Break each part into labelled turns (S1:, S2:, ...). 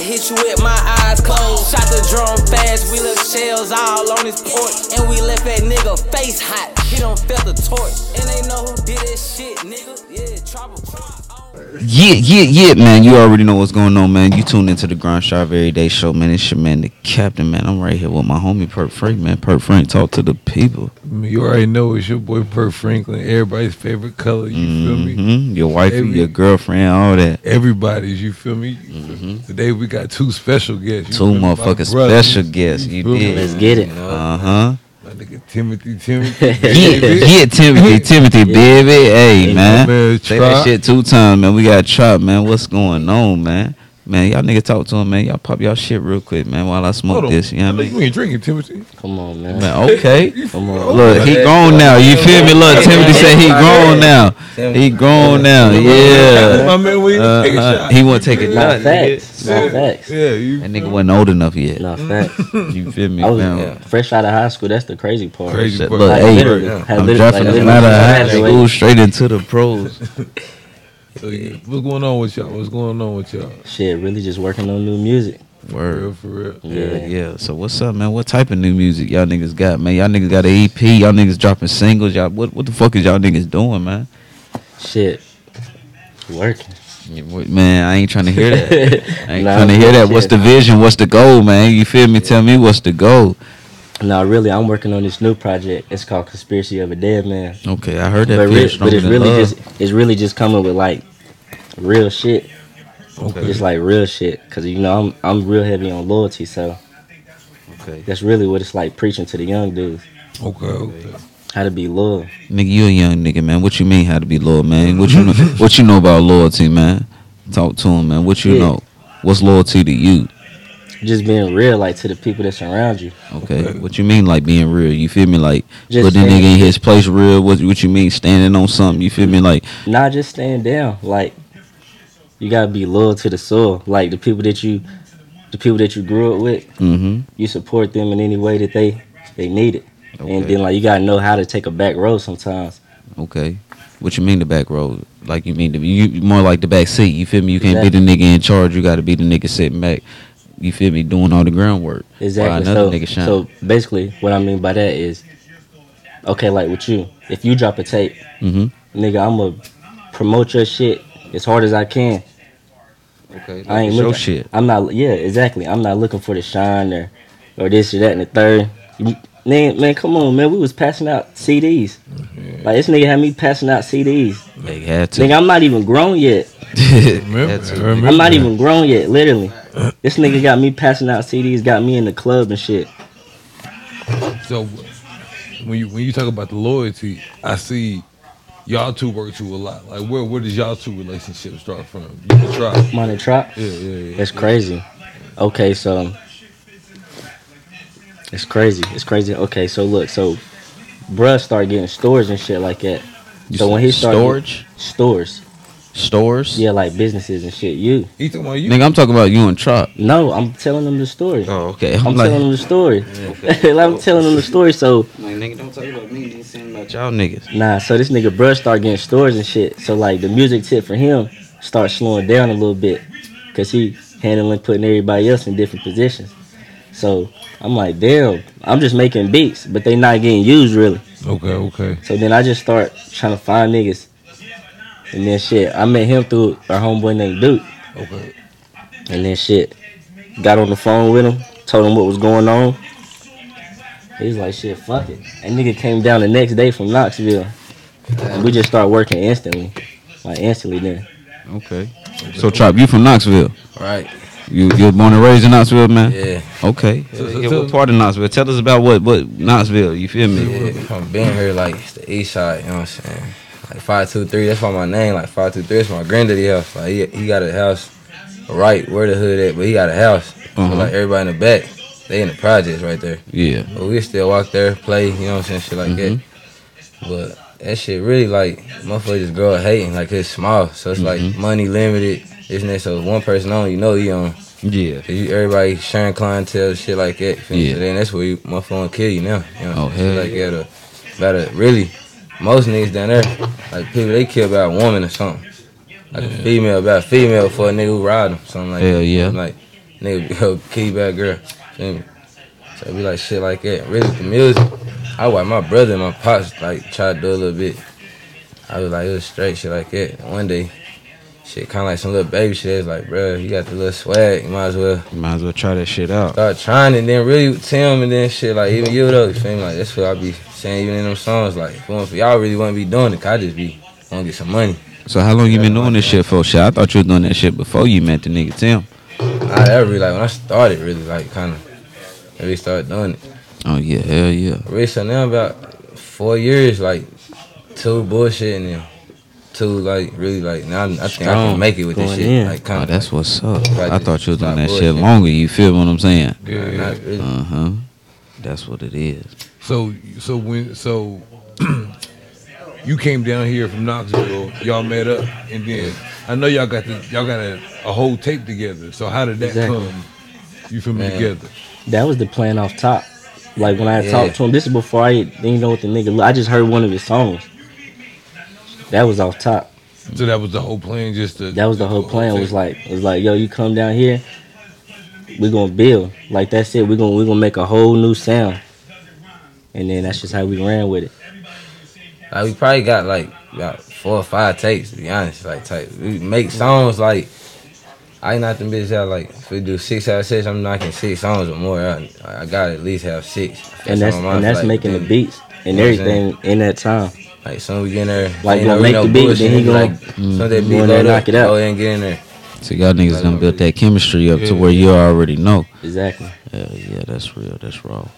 S1: hit you with my eyes closed. Shot the drone fast, we look shells all on his porch. And we left that nigga face hot. He don't felt the torch. And they know who did that shit, nigga. Yeah, trouble.
S2: Yeah, yeah, yeah, man. You already know what's going on, man. You tune into the Grind Shop Everyday Show, man. It's your man, the Captain, man. I'm right here with my homie, Perk Frank, man. Perk Frank, talk to the people.
S3: I mean, you already know it's your boy Per Franklin, everybody's favorite color. You feel me?
S2: hmm Your wife,
S3: Every-
S2: your girlfriend, all that.
S3: Everybody's. You feel me? Today we got two special guests. you
S2: Mm-hmm. Two
S3: feel me? My
S2: motherfucking
S3: brothers,
S2: special guests. You
S3: feel me?
S2: did.
S4: Let's get it.
S2: Uh huh.
S3: My nigga Timothy, Timothy.
S2: Yeah,
S3: baby.
S2: yeah, Timothy, Timothy, baby. Hey, man.
S3: man,
S2: Say that
S3: Trop.
S2: shit two times, man. We got Trop, man. What's going on, man? Man, y'all nigga talk to him, man. Y'all pop y'all shit real quick, man, while I
S3: Hold
S2: smoke
S3: on.
S2: this. You know what I mean? Uh,
S3: You ain't drinking, Timothy.
S4: Come on, man.
S2: Man, okay.
S4: Come on.
S2: Look, he grown now. You feel me? Look, Timothy said he grown now. He grown now.
S3: My
S2: Yeah.
S3: man, we
S2: Uh,
S3: take a
S2: uh,
S3: shot.
S2: he won't take it.
S4: Not
S2: That
S4: facts. Not facts.
S3: Yeah, you.
S2: nigga wasn't old enough yet.
S4: Not facts.
S2: You feel me?
S4: I was
S2: man?
S4: fresh out of high school. That's the crazy part.
S3: Crazy.
S2: Shit,
S3: part.
S2: look,
S4: Like,
S2: hey,
S4: literally, had
S2: I'm
S4: literally, like,
S2: dropping him
S4: lim-
S2: out of high
S4: graduated.
S2: school straight into the pros.
S3: So, yeah, what's going on with y'all? What's going on with y'all?
S4: Shit, really just working on new music.
S3: For
S2: Word.
S3: real, for real.
S2: Yeah, yeah. So what's up, man? What type of new music y'all niggas got, man? Y'all niggas got an EP. Y'all niggas dropping singles. Y'all, what, what the fuck is y'all niggas doing, man?
S4: Shit. Working.
S2: Man, I ain't trying to hear that. I ain't
S4: Nah,
S2: trying to hear that. What's
S4: shit.
S2: the vision? What's the goal, man? You feel me? Tell me what's the goal.
S4: No, really, I'm working on this new project. It's called Conspiracy of a Dead Man.
S2: Okay, I heard that.
S4: But,
S2: feel
S4: re- but
S2: stronger
S4: it's
S2: than
S4: really
S2: love.
S4: just it's really just coming with like real shit.
S3: Okay.
S4: Just like real shit, cause you know I'm I'm real heavy on loyalty, so
S2: okay.
S4: that's really what it's like preaching to the young dudes
S3: Okay, okay.
S4: how to be loyal.
S2: Nigga, you a young nigga, man. What you mean how to be loyal, man? What you know, what you know about loyalty, man? Talk to him, man. What you
S4: Yeah.
S2: know? What's loyalty to you?
S4: Just being real, like to the people that surround you.
S2: Okay. What you mean like being real? You feel me? Like
S4: Just
S2: put the
S4: saying.
S2: nigga in his place real. What what you mean standing on something? You feel me? Like
S4: not just staying down. Like you gotta be loyal to the soil. Like the people that you, the people that you grew up with,
S2: mm-hmm.
S4: you support them in any way that they they need it. And
S2: Okay.
S4: then like you gotta know how to take a back road sometimes.
S2: Okay. What you mean the back road? Like you mean the you you more like the back seat, you feel me? You can't be the nigga in charge, you gotta be the nigga sitting back. You feel me? Doing all the groundwork. while
S4: Exactly.
S2: another
S4: So
S2: nigga shine.
S4: so basically, what I mean by that is, okay, like with you, if you drop a tape,
S2: Mhm.
S4: nigga, I'ma promote your shit as hard as I can.
S2: okay.
S4: I ain't
S2: it's your
S4: looking.
S2: shit.
S4: I'm not. Yeah, exactly. I'm not looking for the shine or, or this or that and the third. You- Man, man, come on, man. We was passing out CDs. Like this nigga had me passing out CDs.
S2: They had to.
S4: Nigga, I'm not even grown yet.
S2: Had to.
S3: Remember-
S4: I'm not even grown yet. Literally, this nigga got me passing out CDs. Got me in the club and shit.
S3: So when you when you talk about the loyalty, I see y'all two work to a lot. Like where where does y'all two relationship start from? You can try.
S4: Money trap.
S3: Yeah, yeah, yeah.
S4: That's crazy. Okay, so it's crazy. It's crazy. Okay, so look, so bruh start getting stores and shit like that.
S2: You
S4: So
S2: said
S4: when he started
S2: storage,
S4: Stores.
S2: stores.
S4: Yeah, like businesses and shit. You.
S3: He talking about you.
S2: Nigga, I'm talking about you and Trop.
S4: No, I'm telling them the story.
S2: Oh, okay.
S4: I'm telling them the story.
S2: okay.
S4: I'm telling them the story. So
S2: nigga, don't talk about me. Just saying about y'all niggas.
S4: nah, so this nigga bruh start getting stores and shit. So like the music tip for him starts slowing down a little bit. Cause he handling putting everybody else in different positions. So I'm like, damn, I'm just making beats, but they not getting used really.
S3: Okay, okay.
S4: So then I just start trying to find niggas. And then shit, I met him through our homeboy named Duke.
S3: Okay.
S4: And then shit, got on the phone with him, told him what was going on. He was like, shit, fuck it. And nigga came down the next day from Knoxville. And we just started working instantly. Like instantly then.
S2: Okay. So Trop, you from Knoxville?
S5: Right.
S2: You you were born and raised in Knoxville, man?
S5: Yeah.
S2: Okay.
S3: So- so-
S2: yeah,
S3: so-
S2: what part of Knoxville? Tell us about what what Knoxville. You feel me?
S5: yeah. From being here, like it's the east side, you know what I'm saying? Like five two three, that's why my name, like five two three, it's my granddaddy house. Like he, he got a house right where the hood at, but he got a house.
S2: Uh-huh.
S5: So like everybody in the back, they in the projects right there.
S2: Yeah.
S5: But we still walk there, play, you know what I'm saying, shit like that. But that shit really like motherfuckers just grow up hating, like it's small. So it's like money limited, this and that. So one person on, you know he on.
S2: Yeah.
S5: Cause you, everybody sharing clientele, shit like that. Feel me?
S2: Yeah.
S5: So then that's where you, my phone kill you now. You know,
S2: Oh,
S5: shit
S2: hell
S5: like yeah. the, about a, really, most niggas down there, like people, they kill about a woman or something. Like a female, about a female for a nigga who ride them, something like
S2: Hell
S5: that.
S2: yeah.
S5: Like, Nigga be a key bad girl. Feel me? So it be like shit like that. Really with the music. I watch my brother and my pops like try to do a little bit. I was like, it was straight shit like that. One day, shit kinda like some little baby shit. It's like, bruh, you got the little swag, you might as well
S2: You might as well try that shit out.
S5: start trying and then really Tim and then shit like even you though, you feel me? Like that's what I be saying even in them songs. Like if it wasn't for y'all really wouldn't be doing it, 'cause I just be wanna get some money.
S2: So how long you been doing this shit for? Shit, I thought you was doing that shit before you met the nigga Tim.
S5: I that really like when I started really like kinda really started doing it.
S2: Oh yeah, hell yeah.
S5: Really so now about four years, like two bullshit and then two like really like now I, I think I
S2: Strong.
S5: can make it with this
S4: Going
S5: shit.
S4: in.
S5: Like kinda
S2: Oh, that's what's up.
S5: Right,
S2: I thought you was doing
S5: stop
S2: that shit
S5: bullshitting.
S2: longer. You feel what I'm saying?
S3: Yeah,
S5: like,
S3: yeah.
S5: not really.
S2: Uh huh. That's what it is.
S3: So so when so you came down here from Knoxville, y'all met up, and then I know y'all got the, y'all got a, a whole tape together. So how did that
S4: Exactly.
S3: come? You feel me
S5: Man.
S3: together?
S4: That was the plan off top. Like when I had
S5: Yeah.
S4: talked to him, this is before I didn't know what the nigga. look- I just heard one of his songs. That was off top.
S3: So that was the whole plan, just to,
S4: That was the whole plan. Was like was like, yo, you come down here, we gonna build. Like that's it. We gonna we gonna make a whole new sound. And then that's just how we ran with it.
S5: Like we probably got like about four or five takes to be honest. Like type we make songs like I knock them bitches out like if we do six out of six, I'm knocking six songs or more out. Like, I gotta at least have six.
S4: And that's
S5: on my mind,
S4: and that's
S5: like,
S4: making the
S5: then,
S4: beats and
S5: You know what I'm
S4: everything in that time.
S5: Like soon we get in there,
S4: Like,
S5: ain't
S4: gonna
S5: no-
S4: make
S5: no
S4: the beat, then
S5: bullshit,
S4: he gonna-
S5: like soon that beat
S4: go in there
S5: load
S4: and
S5: up,
S4: knock it out.
S5: go ahead and get in there.
S2: So y'all niggas done built that chemistry up to where you already know.
S4: Exactly.
S2: Hell yeah, that's real. That's raw.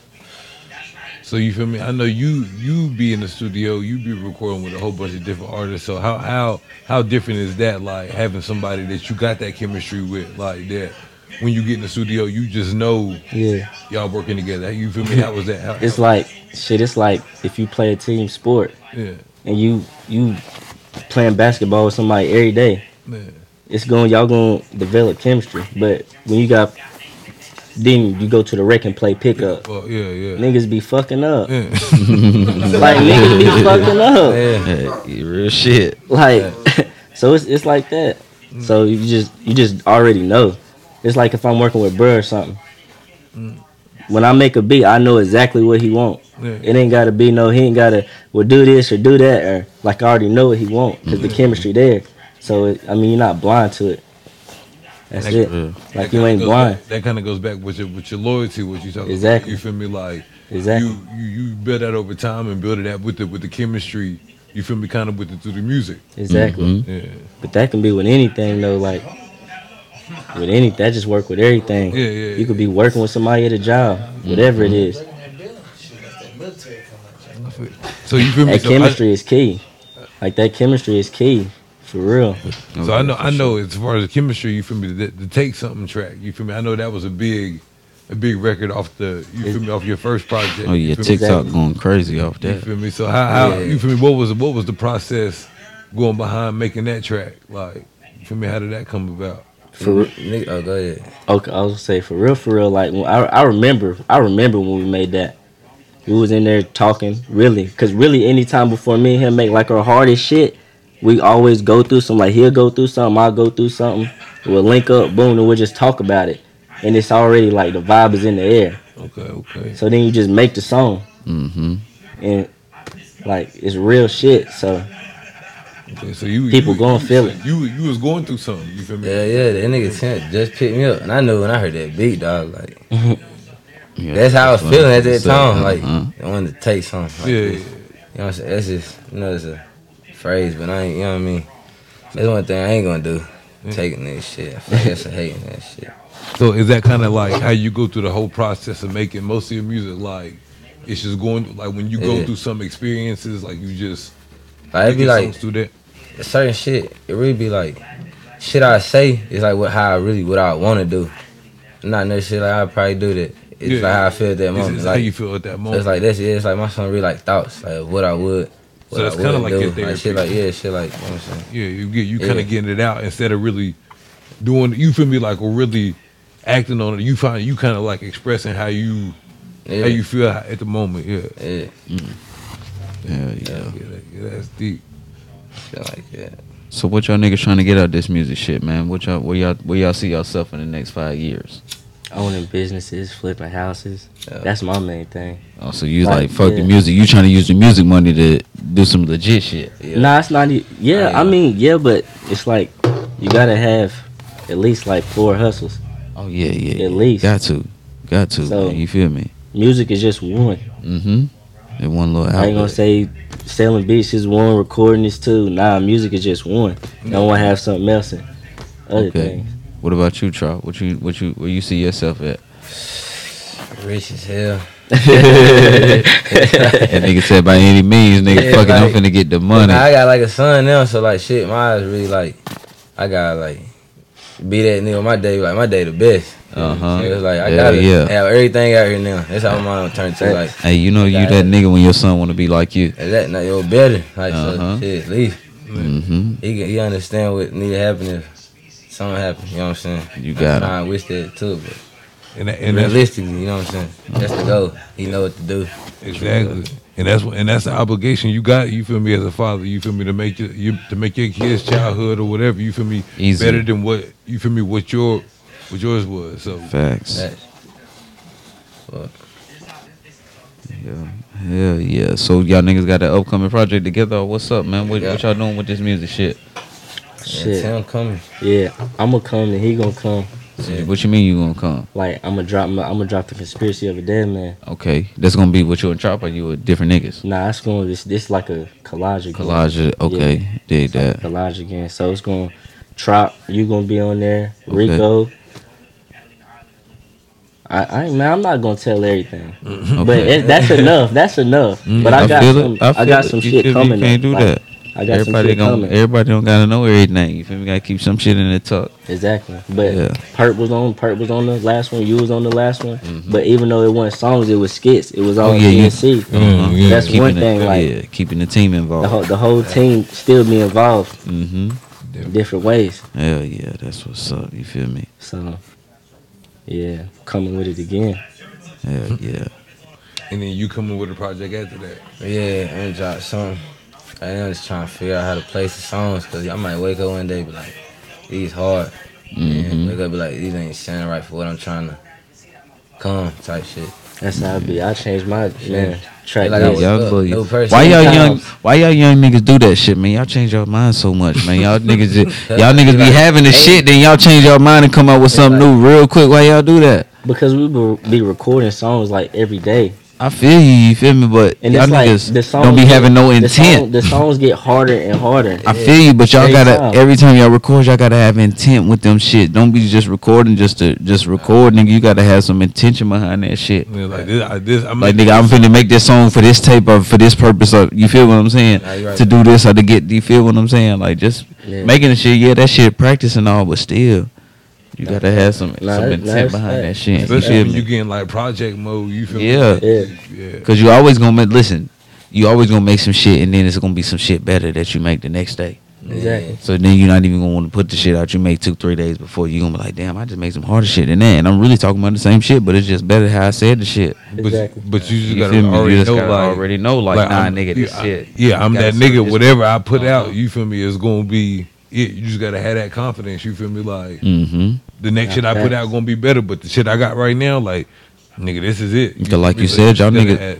S3: So you feel me? I know you you be in the studio, you be recording with a whole bunch of different artists. So how how how different is that? Like having somebody that you got that chemistry with, like that. When you get in the studio, you just know
S4: Yeah.
S3: y'all working together. You feel me? How was that? How,
S4: It's like shit. It's like if you play a team sport
S3: yeah,
S4: and you you playing basketball with somebody every day.
S3: man.
S4: It's going y'all going to develop chemistry. But when you got then you go to the rec and play pickup.
S3: Well, yeah, yeah.
S4: Niggas be fucking up.
S3: Yeah.
S4: Like niggas be fucking up.
S5: Yeah.
S2: Hey, real shit.
S4: Like so it's it's like that.
S3: Mm.
S4: So you just you just already know. It's like if I'm working with bruh or something. When I make a beat, I know exactly what he want.
S3: Mm. yeah.
S4: It ain't gotta be no. He ain't gotta well do this or do that or like I already know what he want because
S3: Mm.
S4: the chemistry there. So it, I mean, you're not blind to it. That's
S3: Like,
S4: it.
S2: Real.
S4: Like you ain't blind.
S3: That kind of goes back with your with your loyalty, what you talking about.
S4: Exactly.
S3: You feel me? Like
S4: Exactly.
S3: you, you you build that over time and build it out with the with the chemistry. You feel me? Kind of with it through the music.
S4: Exactly.
S3: Yeah,
S4: But that can be with anything though. Like with any, that just work with everything.
S3: Yeah, yeah, Mm-hmm.
S4: You could be working with somebody at a job, whatever it is.
S3: So you feel me?
S4: That
S3: so
S4: chemistry is key. Like that chemistry is key, for real.
S3: I, so I know I know as far as the chemistry, you feel me? The, the take something track. You feel me? I know that was a big. A big record off the you feel me off your first project.
S2: Oh
S3: you
S2: yeah,
S3: feel me?
S2: TikTok going crazy off
S3: You
S2: that.
S3: feel me? So how, how
S5: Yeah.
S3: you feel me? What was what was the process going behind making that track? Like, you feel me? How did that come about?
S4: For real.
S5: Nigga, oh go ahead.
S4: Okay, I was say for real, for real. Like when I, I remember, I remember when we made that. We was in there talking, really, cause really, anytime before me and him make like our hardest shit, we always go through some. Like he'll go through something, I'll go through something. We'll link up, boom, and we'll just talk about it. And it's already like the vibe is in the air.
S3: Okay, okay.
S4: So then you just make the song,
S2: Mm-hmm.
S4: and like it's real shit. So
S3: okay. So you
S4: People
S3: you,
S4: gonna
S3: you,
S4: feel it.
S3: You you was going through something. You feel me?
S5: Yeah, yeah, that nigga Tim just picked me up and I knew when I heard that beat, dog, like
S2: Yeah,
S5: that's how I was
S2: what
S5: feeling at
S2: I'm
S5: that
S2: saying.
S5: time. Like
S2: Uh-huh.
S5: I wanted to take something. Like,
S3: Yeah,
S5: this. You know what I'm saying? That's just, you know, it's a phrase, but I ain't, you know what I mean? That's one thing I ain't gonna do. Taking this shit. I feel like that's a hating that shit.
S3: So is that kind of like how you go through the whole process of making most of your music? Like, it's just going like when you go
S5: Yeah.
S3: through some experiences, like you just
S5: Like, it'd be
S3: making
S5: like,
S3: songs through that.
S5: certain shit, it really be like, shit I say is like what how I really, what I wanna do. Not no shit like I probably do that. It's
S3: Yeah.
S5: like how I feel at that
S3: It's,
S5: moment.
S3: it's how
S5: like,
S3: you feel at that
S5: so
S3: moment.
S5: it's like, that's it. It's like my son really like thoughts, like what I would. What
S3: that's
S5: I would
S3: kinda like your
S5: do.
S3: therapy.
S5: Like shit like, yeah, shit like, you know what I'm saying?
S3: yeah, you get you kind
S5: Yeah.
S3: of getting it out instead of really doing. You feel me? Like or really acting on it. You find you kind of like expressing how you
S5: Yeah,
S3: how you feel at the moment. Yeah,
S5: yeah,
S2: Hell yeah.
S3: yeah, that, yeah that's deep.
S5: shit like that.
S2: So what y'all niggas trying to get out of this music shit, man? What y'all where y'all where y'all see yourself in the next five years?
S4: Owning businesses, flipping houses.
S5: Yeah.
S4: That's my main thing.
S2: Oh, so you
S4: Like,
S2: like, fuck
S4: yeah.
S2: the music. You trying to use the music money to do some legit shit.
S5: Yeah.
S4: Nah, it's not. e- Yeah,
S5: I
S4: I, mean, yeah, but it's like you gotta have at least like four hustles.
S2: Oh yeah, yeah.
S4: At
S2: yeah.
S4: least.
S2: Got to. Got to,
S4: So-
S2: man. You feel me?
S4: Music is just one.
S2: Mm-hmm. And one little
S4: I ain't
S2: outlet.
S4: gonna say selling beats is one, recording is two. Nah, music is just one. No one have something else and other
S2: Okay.
S4: things.
S2: What about you, Trop? What you what you where you see yourself at?
S5: Rich as hell.
S2: That nigga said by any means, nigga
S5: Yeah,
S2: fucking I'm
S5: like-
S2: finna get the
S5: But
S2: money.
S5: now I got like a son now, so like shit, my eyes really like I gotta like be that nigga. My day like my day the best.
S2: Uh-huh.
S5: It was like I
S2: Hell
S5: gotta
S2: yeah.
S5: have everything out here now. That's how my mind turned to like
S2: hey, you know you
S5: Got
S2: that
S5: it.
S2: nigga when your son wanna be like you.
S5: is that not yo better. Like
S2: Uh-huh.
S5: so shit, leave.
S2: Mm-hmm.
S5: He can, he understand what need to happen if something happen. You know what I'm saying?
S2: You got
S5: I wish that too, but
S3: And, that- and that's
S5: realistically, you know what I'm saying? That's the goal. He know what to do.
S3: Exactly. And that's what, and that's the obligation you got. You feel me as a father. You feel me to make your you, to make your kids' childhood or whatever. You feel me
S2: Easy.
S3: better than what you feel me what your what yours was. So
S2: Facts.
S5: That's
S2: Yeah. Hell yeah. So y'all niggas got that upcoming project together. What's up, man? What, what y'all doing with this music shit?
S5: yeah,
S4: Shit.
S5: Tim coming.
S4: Yeah, I'm gonna come and he gonna come.
S5: Yeah.
S2: What you mean you gonna come?
S4: Like I'm gonna drop. My, I'm gonna drop the conspiracy of a dead man.
S2: Okay, that's gonna be with you and Chopper. You with different niggas.
S4: Nah, it's going. to This this like a collage. Again.
S2: Collage. Okay,
S4: Yeah,
S2: did
S4: it's like
S2: that.
S4: a collage again. So it's going. to Trop, you gonna be on there.
S2: Okay.
S4: Rico. I, I ain't- man, I'm not gonna tell everything, but
S2: Okay. Mm-hmm.
S4: it, that's enough. That's enough. but I, got
S2: feel
S4: some.
S2: it.
S4: I,
S2: feel
S4: got
S2: it.
S4: some
S2: You
S4: shit
S2: feel me?
S4: coming.
S2: You can't
S4: up.
S2: do
S4: Like,
S2: that.
S4: I got some
S2: everybody
S4: shit
S2: gon-
S4: coming.
S2: Everybody don't gotta know everything. You feel me? Gotta keep some shit in the tuck.
S4: Exactly. But
S2: Yeah.
S4: Perp was on Perp was on the last one, you was on the last one. But even though it wasn't songs, it was skits. It was all
S2: Mm-hmm. Oh, yeah, Mm-hmm. you-
S4: DNC.
S3: Mhm, yeah.
S4: That's one
S2: the,
S4: thing, like
S2: yeah, keeping the team
S4: the whole
S2: involved.
S4: the whole team still be involved
S2: Mm-hmm.
S4: in different ways.
S2: Hell yeah, that's what's up. You feel me?
S4: So yeah, coming with it again.
S2: Hell yeah.
S3: and then you coming with a project after that.
S5: Yeah, and drop something. I am just trying to figure out how to place the songs because I might wake up one day and be like, these hard.
S2: Mhm.
S5: And wake up and be like, these ain't sounding right for what I'm trying to come type shit.
S4: That's how I be. I changed my man track.
S5: Like, I
S2: Yeah,
S5: was
S4: list.
S2: y'all
S5: up,
S2: little-
S5: no person.
S2: why y'all young?
S4: Sometimes-
S2: Why y'all young niggas do that shit, man? Y'all change your mind so much, man. Y'all niggas, just, y'all niggas be having the shit, then y'all change your mind and come out with something new real quick. Why y'all do that?
S4: because we would be recording songs like every day.
S2: I feel you, you feel me, but
S4: And
S2: y'all
S4: it's like the
S2: niggas
S4: songs
S2: don't be
S4: get-
S2: having no
S4: the song-
S2: intent.
S4: The, songs get harder and harder.
S2: I feel you, but y'all
S4: Every
S2: gotta
S4: time.
S2: every time y'all record, y'all gotta have intent with them shit. Don't be just recording just to just record, nigga. You gotta have some intention behind that shit.
S3: And then like this, I, this I'm
S2: Like nigga, I'm finna make this song for this tape or for this purpose. Or you feel what I'm saying?
S5: Nah, you right.
S2: To do this or to get. Do you feel what I'm saying? Like just
S4: Yeah.
S2: making the shit. Yeah, that shit practice and all, but still, you gotta have some
S4: nah,
S2: some
S4: that-
S2: intent
S4: that's
S2: behind that
S4: fact.
S2: shit. You
S3: especially
S2: feel
S3: when you
S2: me?
S3: getting like project mode. You feel
S2: Yeah.
S3: me?
S4: Yeah.
S3: yeah.
S2: Cause you always gonna make, listen. You always gonna make some shit, and then it's gonna be some shit better that you make the next day.
S4: Exactly.
S2: So then you're not even gonna want to put the shit out you make two three days before. You gonna be like, damn, I just made some harder shit than that, and I'm really talking about the same shit, but it's just better how I said the shit.
S3: But,
S4: Exactly.
S3: but you just
S2: You
S3: gotta
S2: feel me? You
S3: already
S2: just
S3: know,
S2: gotta
S3: like,
S2: already know, like, nah,
S3: I'm-
S2: nigga, this
S3: yeah, I-
S2: shit.
S3: yeah, I'm
S2: Gotta Uh-huh.
S3: that
S2: see
S3: nigga.
S2: this-
S3: Whatever I put out, you feel me, is gonna be. It. You just gotta have that confidence. You feel me? Like
S2: Mm-hmm.
S3: the next shit I put out gonna be better, but the shit I got right now, like nigga, this is it.
S2: Because like
S3: feel
S2: you
S3: me?
S2: said, y'all
S3: gotta
S2: nigga-
S3: have-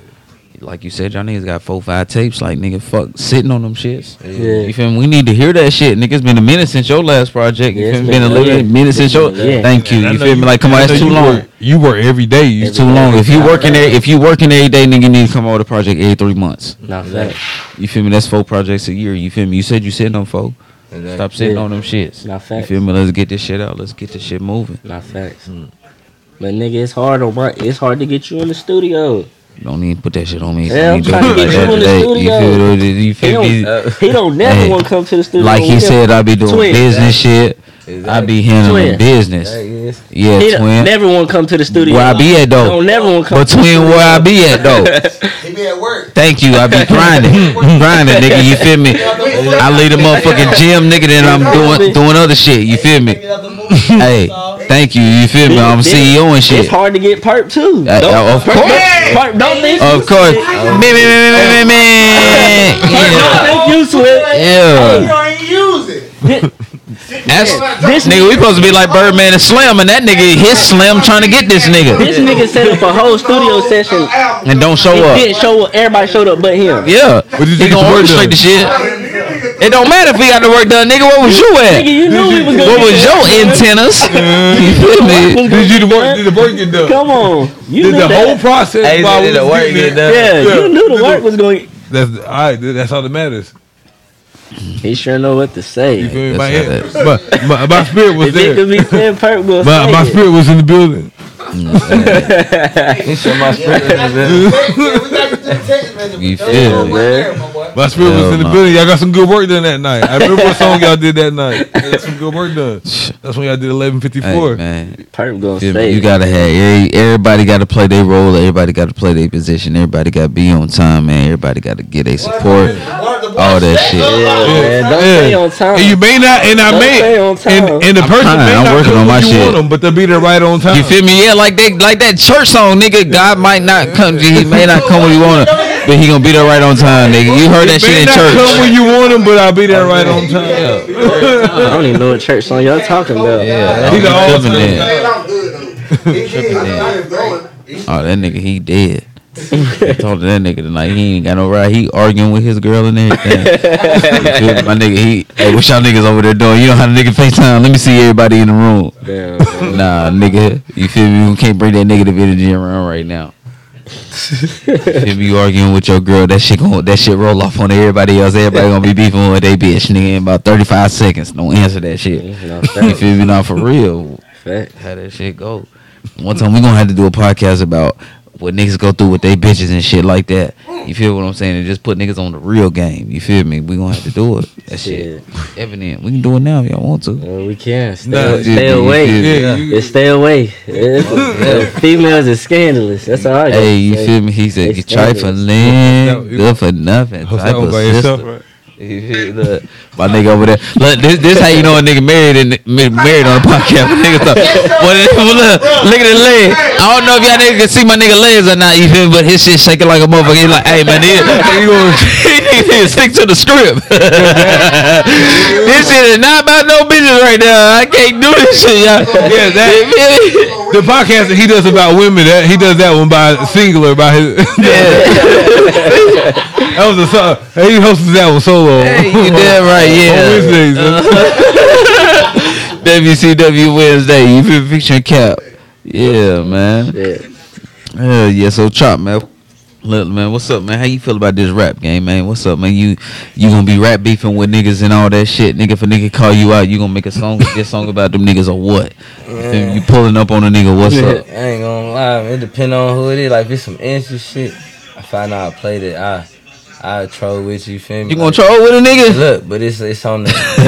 S2: like you said, y'all niggas got four, five tapes. Like nigga, fuck, sitting on them shits.
S4: Yeah.
S2: You feel me? We need to hear that shit, nigga. It's been a minute since your last project. You
S4: Yeah,
S2: feel
S4: it's
S2: me? Been a
S4: been a
S2: little
S4: minute.
S2: minute since your.
S4: Yeah.
S2: Thank you.
S3: And I
S2: You
S3: know
S2: feel me? Like, come on,
S3: I
S2: that's
S3: know
S2: too
S3: you
S2: long.
S3: Work, you work every day. You
S2: It's too long. If you working there, if you working every day, nigga, you need to come out with a project every three months.
S4: Not fact.
S2: You feel me? That's four projects a year. You feel me? You said you sitting on four.
S5: Exactly.
S2: Stop sitting
S4: Yeah.
S2: on them shits.
S4: Nah,
S2: you
S4: facts.
S2: feel me? Let's get this shit out. Let's get this shit moving.
S4: Not facts. But nigga, it's hard on my, It's hard to get you in the studio.
S2: Don't even put that shit on me.
S4: Yeah, I'm
S2: You do
S4: trying to
S2: it
S4: get you in the
S2: today.
S4: studio.
S2: You
S4: He
S2: feel, you feel me?
S4: don't, he don't never
S2: Hey,
S4: want to come to the studio.
S2: Like he
S4: with him.
S2: said, I be doing
S4: Twin.
S2: business shit. I
S5: Exactly.
S2: be handling
S4: Twin.
S2: business.
S5: That is.
S2: Yeah,
S4: he don't,
S2: twin.
S4: never want to come to the studio.
S2: where I be at though.
S4: Don't never want to come.
S2: But twin, where I be at though.
S6: He be at work.
S2: Thank you. I be grinding, grinding, nigga. You feel me? I leave the motherfucking gym, nigga. Then I'm doing doing other shit. You feel me? Hey, thank you. You feel me? I'm CEO and shit.
S4: It's hard to get perp too.
S2: Hey, oh,
S4: Don't-
S2: of course.
S4: Perp, don't think.
S2: Of course. Man, man, man, man, man, man.
S4: Perp, don't think you sweat.
S2: Yeah. Yeah.
S6: He use it.
S2: That's,
S6: This
S2: nigga, we supposed to be like Birdman and Slim, and that nigga hit Slim trying to get this nigga
S4: This nigga set up a whole studio
S6: Whole
S4: session.
S6: album.
S2: and don't show
S4: It
S2: up.
S4: didn't show up. Everybody showed up but him.
S2: Yeah,
S3: you
S2: he
S3: think
S2: gonna
S3: the work
S2: orchestrate the
S3: done?
S2: shit.
S6: Nigga,
S2: It don't matter if he got the work done, nigga. What was you
S4: Nigga,
S2: at?
S4: you knew we was gonna
S2: What
S4: get
S2: was
S4: that.
S2: your antennas? You feel me?
S3: Did you the work? Did the work get done?
S4: Come on. You
S3: Did
S4: knew
S3: the
S4: that.
S3: whole process?
S5: Hey,
S3: while we
S5: did the
S3: was
S5: work
S3: getting
S5: get
S3: there-
S5: done?
S4: Yeah,
S3: Yeah.
S4: you knew the
S3: Did
S4: work was going.
S3: That's all right. That's all that matters.
S4: He sure know what to
S3: You
S4: say.
S3: feel me?
S2: that's
S3: My,
S2: how
S3: head- my, my, my spirit was
S4: If it
S3: there.
S4: could be Sam Perk, we'll
S3: My,
S4: say
S3: my
S4: it.
S3: spirit was in the building.
S5: You show my spirit. man.
S6: we gotta get through the text message.
S2: You
S6: That
S2: feel
S6: was
S2: me?
S6: right there, my boy.
S3: My spirit
S2: Hell
S3: was in the
S2: no.
S3: building. Y'all got some good work done that night. I remember what song y'all did that night. Y'all got some good work done. That's when y'all did
S2: Hey,
S3: 1154.
S2: man.
S4: Perk gonna
S2: Yeah,
S4: say
S2: you
S4: it.
S2: gotta have every- everybody gotta play their role. Everybody gotta play their position. Everybody gotta be on time, man. Everybody gotta get their support.
S6: Word to boy.
S2: All that shit.
S6: Say
S4: Yeah,
S6: something.
S4: man. Don't
S3: Yeah.
S4: say on time.
S3: and you may not, and I
S4: Don't stay
S3: may,
S4: on
S3: and,
S4: time.
S3: and the person
S2: trying,
S3: may
S2: I'm
S3: not
S2: working
S3: come
S2: on my
S3: when you
S2: shit.
S3: want 'em, but they'll be there right on time.
S2: You feel me? Yeah, like they like that church song, nigga. God might not come. He may not come when you want him, but he gonna be there right on time, nigga. You heard that
S3: may
S2: shit in
S3: not come
S2: church.
S3: when you want them, but I'll be there right on time.
S4: I don't even know what church song y'all talking about.
S2: Yeah,
S3: He the
S2: I'm
S3: all-time
S2: feeling that.
S6: Man, I'm good, though. He did. I was going.
S2: Oh, that nigga, he dead. I told that nigga tonight he ain't got no ride. He arguing with his girl and everything. You feel me? My nigga, he. Hey, what y'all niggas over there doing? You know how the nigga FaceTime? Let me see everybody in the room.
S4: Damn.
S2: Nah, nigga, you feel me? You can't bring that negative energy around right now. you feel me? You arguing with your girl? That shit going that shit roll off on everybody else. Everybody gonna be beefing with they bitch nigga in about thirty five seconds. Don't answer that shit.
S4: No,
S2: You
S4: fact,
S2: feel me? Not for real.
S4: fact.
S2: How that shit go? One time we gonna have to do a podcast about what niggas go through with they bitches and shit like that. You feel what I'm saying? And just put niggas on the real game. You feel me? We gonna have to do it. That shit evident. We can do it now if y'all want to.
S4: Well, we can stay,
S3: Nah,
S4: stay
S2: yeah,
S4: away.
S2: yeah,
S3: yeah.
S4: Just stay away. It's- uh, Females is scandalous. That's all I got.
S2: Hey, you feel me? He said,
S4: It's
S2: "You try for land, good for nothing."
S3: Host
S2: Type
S3: that one
S2: of
S3: by yourself,
S2: sister.
S3: right?
S2: You feel me? Look, My nigga over there. Look, this this how you know a nigga married and ma- married on a podcast. My nigga, talk. Well, this- well, look, look at the leg. I don't know if y'all niggas can see my nigga legs or not. You feel me? But his shit shaking like a motherfucker. He's like, "Hey man, this, you gonna stick to the script? this shit is not about no business right now. I can't do this shit, y'all.
S3: Yeah, that-
S2: You feel me?
S3: The podcast that he does about women, that he does that one by singular by his. that was a solo. He hosts that one solo.
S2: Hey, you damn right,
S3: On
S2: yeah.
S3: Wednesdays.
S2: WCW Wednesday. You feel picture cap. Yeah, man.
S4: Yeah.
S2: Hell yeah. So chop, man. Look, man, what's up, man? How you feel about this rap game, man? What's up, man? You you gonna be rap beefing with niggas and all that shit, nigga. If a nigga call you out, you gonna make a song, get a song about them niggas or what? If you pulling up on a nigga, what's up?
S5: I ain't gonna lie, man. It depend on who it is. Like, if it's some industry shit, I find out I played it. I, I troll with you, feel me?
S2: You gonna
S5: Like,
S2: troll with a nigga?
S5: Look, but it's it's on the.
S2: he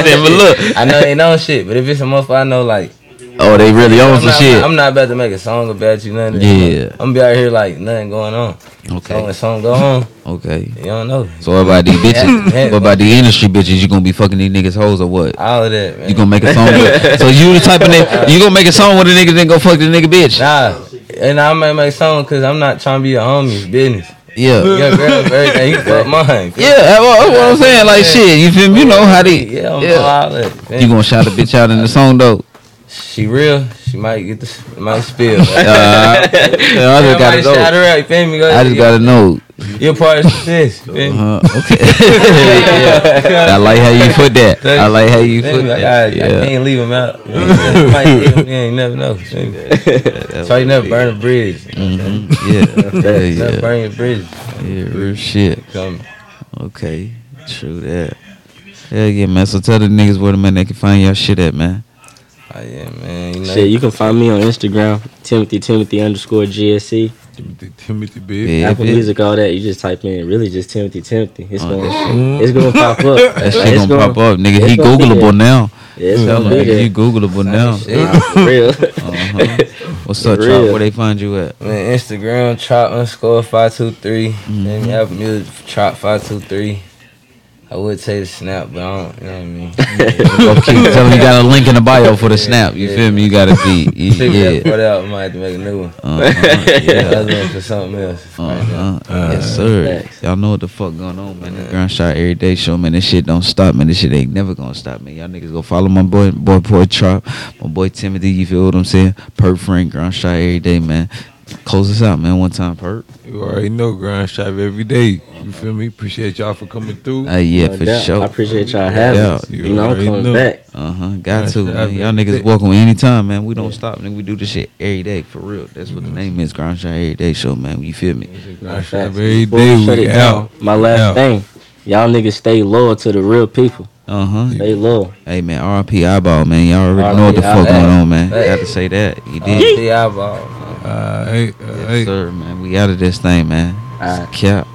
S2: said, but look,
S5: I know they know shit, but if it's a motherfucker I know, like,
S2: oh, they really on
S5: I'm
S2: some
S5: not,
S2: shit.
S5: I'm not about to make a song about you, nothing.
S2: Yeah.
S5: I'm gonna be out here like nothing going on. So when
S2: Okay,
S5: something go on,
S2: okay.
S5: you don't know.
S2: So what about these bitches? What about the industry bitches? You gonna be fucking these niggas hoes or what?
S5: All of that, man.
S2: You gonna make a song with So you the type of nigga you gonna make a song with a nigga then go fuck the nigga bitch.
S5: Nah, and I might make a song because I'm not trying to be a homie's business.
S2: Yeah.
S5: Your girl, everything, you fuck mine.
S2: Yeah, that's what- that's what I'm saying. Like shit, you feel me? You know how they
S5: Yeah, I'm
S2: Yeah.
S5: all that.
S2: You gonna shout a bitch out in the song though.
S5: She real. She might get the might spill. man.
S2: Uh, I
S5: Yeah,
S2: just gotta
S5: might shout
S2: know.
S5: her out. You feel me? Go
S2: I
S5: ahead,
S2: just gotta know.
S5: you're, you're part of success. you feel me?
S2: Uh, okay. Yeah. I like how you put that. I like how you
S5: You feel
S2: put
S5: me? I, I,
S2: that.
S5: I
S2: Yeah.
S5: can't leave him out. You, know, might leave him, you ain't never know. you feel me? That's why you never burn a bridge.
S2: Mm-hmm. Mhm. Yeah.
S5: You Never
S2: Yeah.
S5: burn your bridge.
S2: Yeah. Yeah. Real shit.
S5: Come.
S2: Okay, true that. Hell yeah, man. So tell the niggas where the man they can find your shit at, man.
S5: Oh yeah, man. You know,
S4: Shit, you can find me on Instagram, Timothy Timothy underscore GSC.
S3: Timothy- Timothy Big.
S2: Yeah,
S4: Apple
S2: yeah. Oh,
S4: Music, all that. You just type in really just Timothy Timothy. It's gonna it's gonna pop up.
S2: That shit
S4: It's
S2: gonna, pop up, nigga.
S4: it's
S2: He
S4: gonna be
S2: Googleable
S4: there.
S2: now.
S4: Yeah, it's
S2: Tell
S4: gonna be
S2: him
S4: there.
S2: you Googleable now.
S5: shit.
S4: Nah, for real.
S2: Uh-huh. What's up,
S4: For
S2: Chop?
S4: real.
S2: Where they find you at?
S5: Man, Instagram chop underscore five two three. Then you have music chop five two three. I would say the snap, but I don't. You know what I mean?
S2: Okay, tell him you got a link in the bio for the snap. You feel me? You gotta be, you-
S5: Figure that
S2: yeah.
S5: part out. I might have to make a new one.
S2: Uh, uh,
S5: Yeah, other one for something else. Right now.
S2: Uh-huh. yes, sir.
S4: Facts.
S2: Y'all know what the fuck going on, man. The ground shot every day show, man. This shit don't stop, man. This shit ain't never gonna stop, man. Y'all niggas go follow my boy, boy, boy, Trop, my boy Timothy. You feel what I'm saying? Perk Frank, ground shot every day, man. Close this out, man. One time, Perk.
S3: You already know, grind shop every day. You feel me? Appreciate y'all for coming through.
S2: Uh, yeah,
S4: No
S2: for
S4: doubt. I
S2: sure.
S4: appreciate y'all having
S2: Yeah,
S4: us.
S3: you
S4: You know, I'm
S3: already
S4: coming
S3: know.
S4: back.
S2: Uh huh. Got
S3: That's
S2: to,
S3: it.
S2: man. Y'all niggas welcome anytime, man. We don't stop, nigga. We do this shit every day, for real. That's what the
S3: Mm-hmm.
S2: name is, ground shot every day show, man. You feel me?
S3: Grind shop
S4: Facts.
S3: every
S4: Before
S3: day.
S4: we shut
S3: We
S4: it down,
S3: out.
S4: my last
S3: out.
S4: thing, y'all niggas stay loyal to the real people.
S2: Uh huh.
S4: Stay loyal.
S2: Hey man, RP eyeball man, y'all already know what the
S5: R.I.P.
S2: fuck going
S5: eyeball.
S2: on, man.
S5: Hey.
S2: Got to say that. You
S5: Uh,
S2: did,
S5: the eyeball. man.
S3: Uh, hey, uh,
S2: yes,
S3: hey.
S2: sir, man. We out of this thing, man.
S4: All right.
S2: Cap.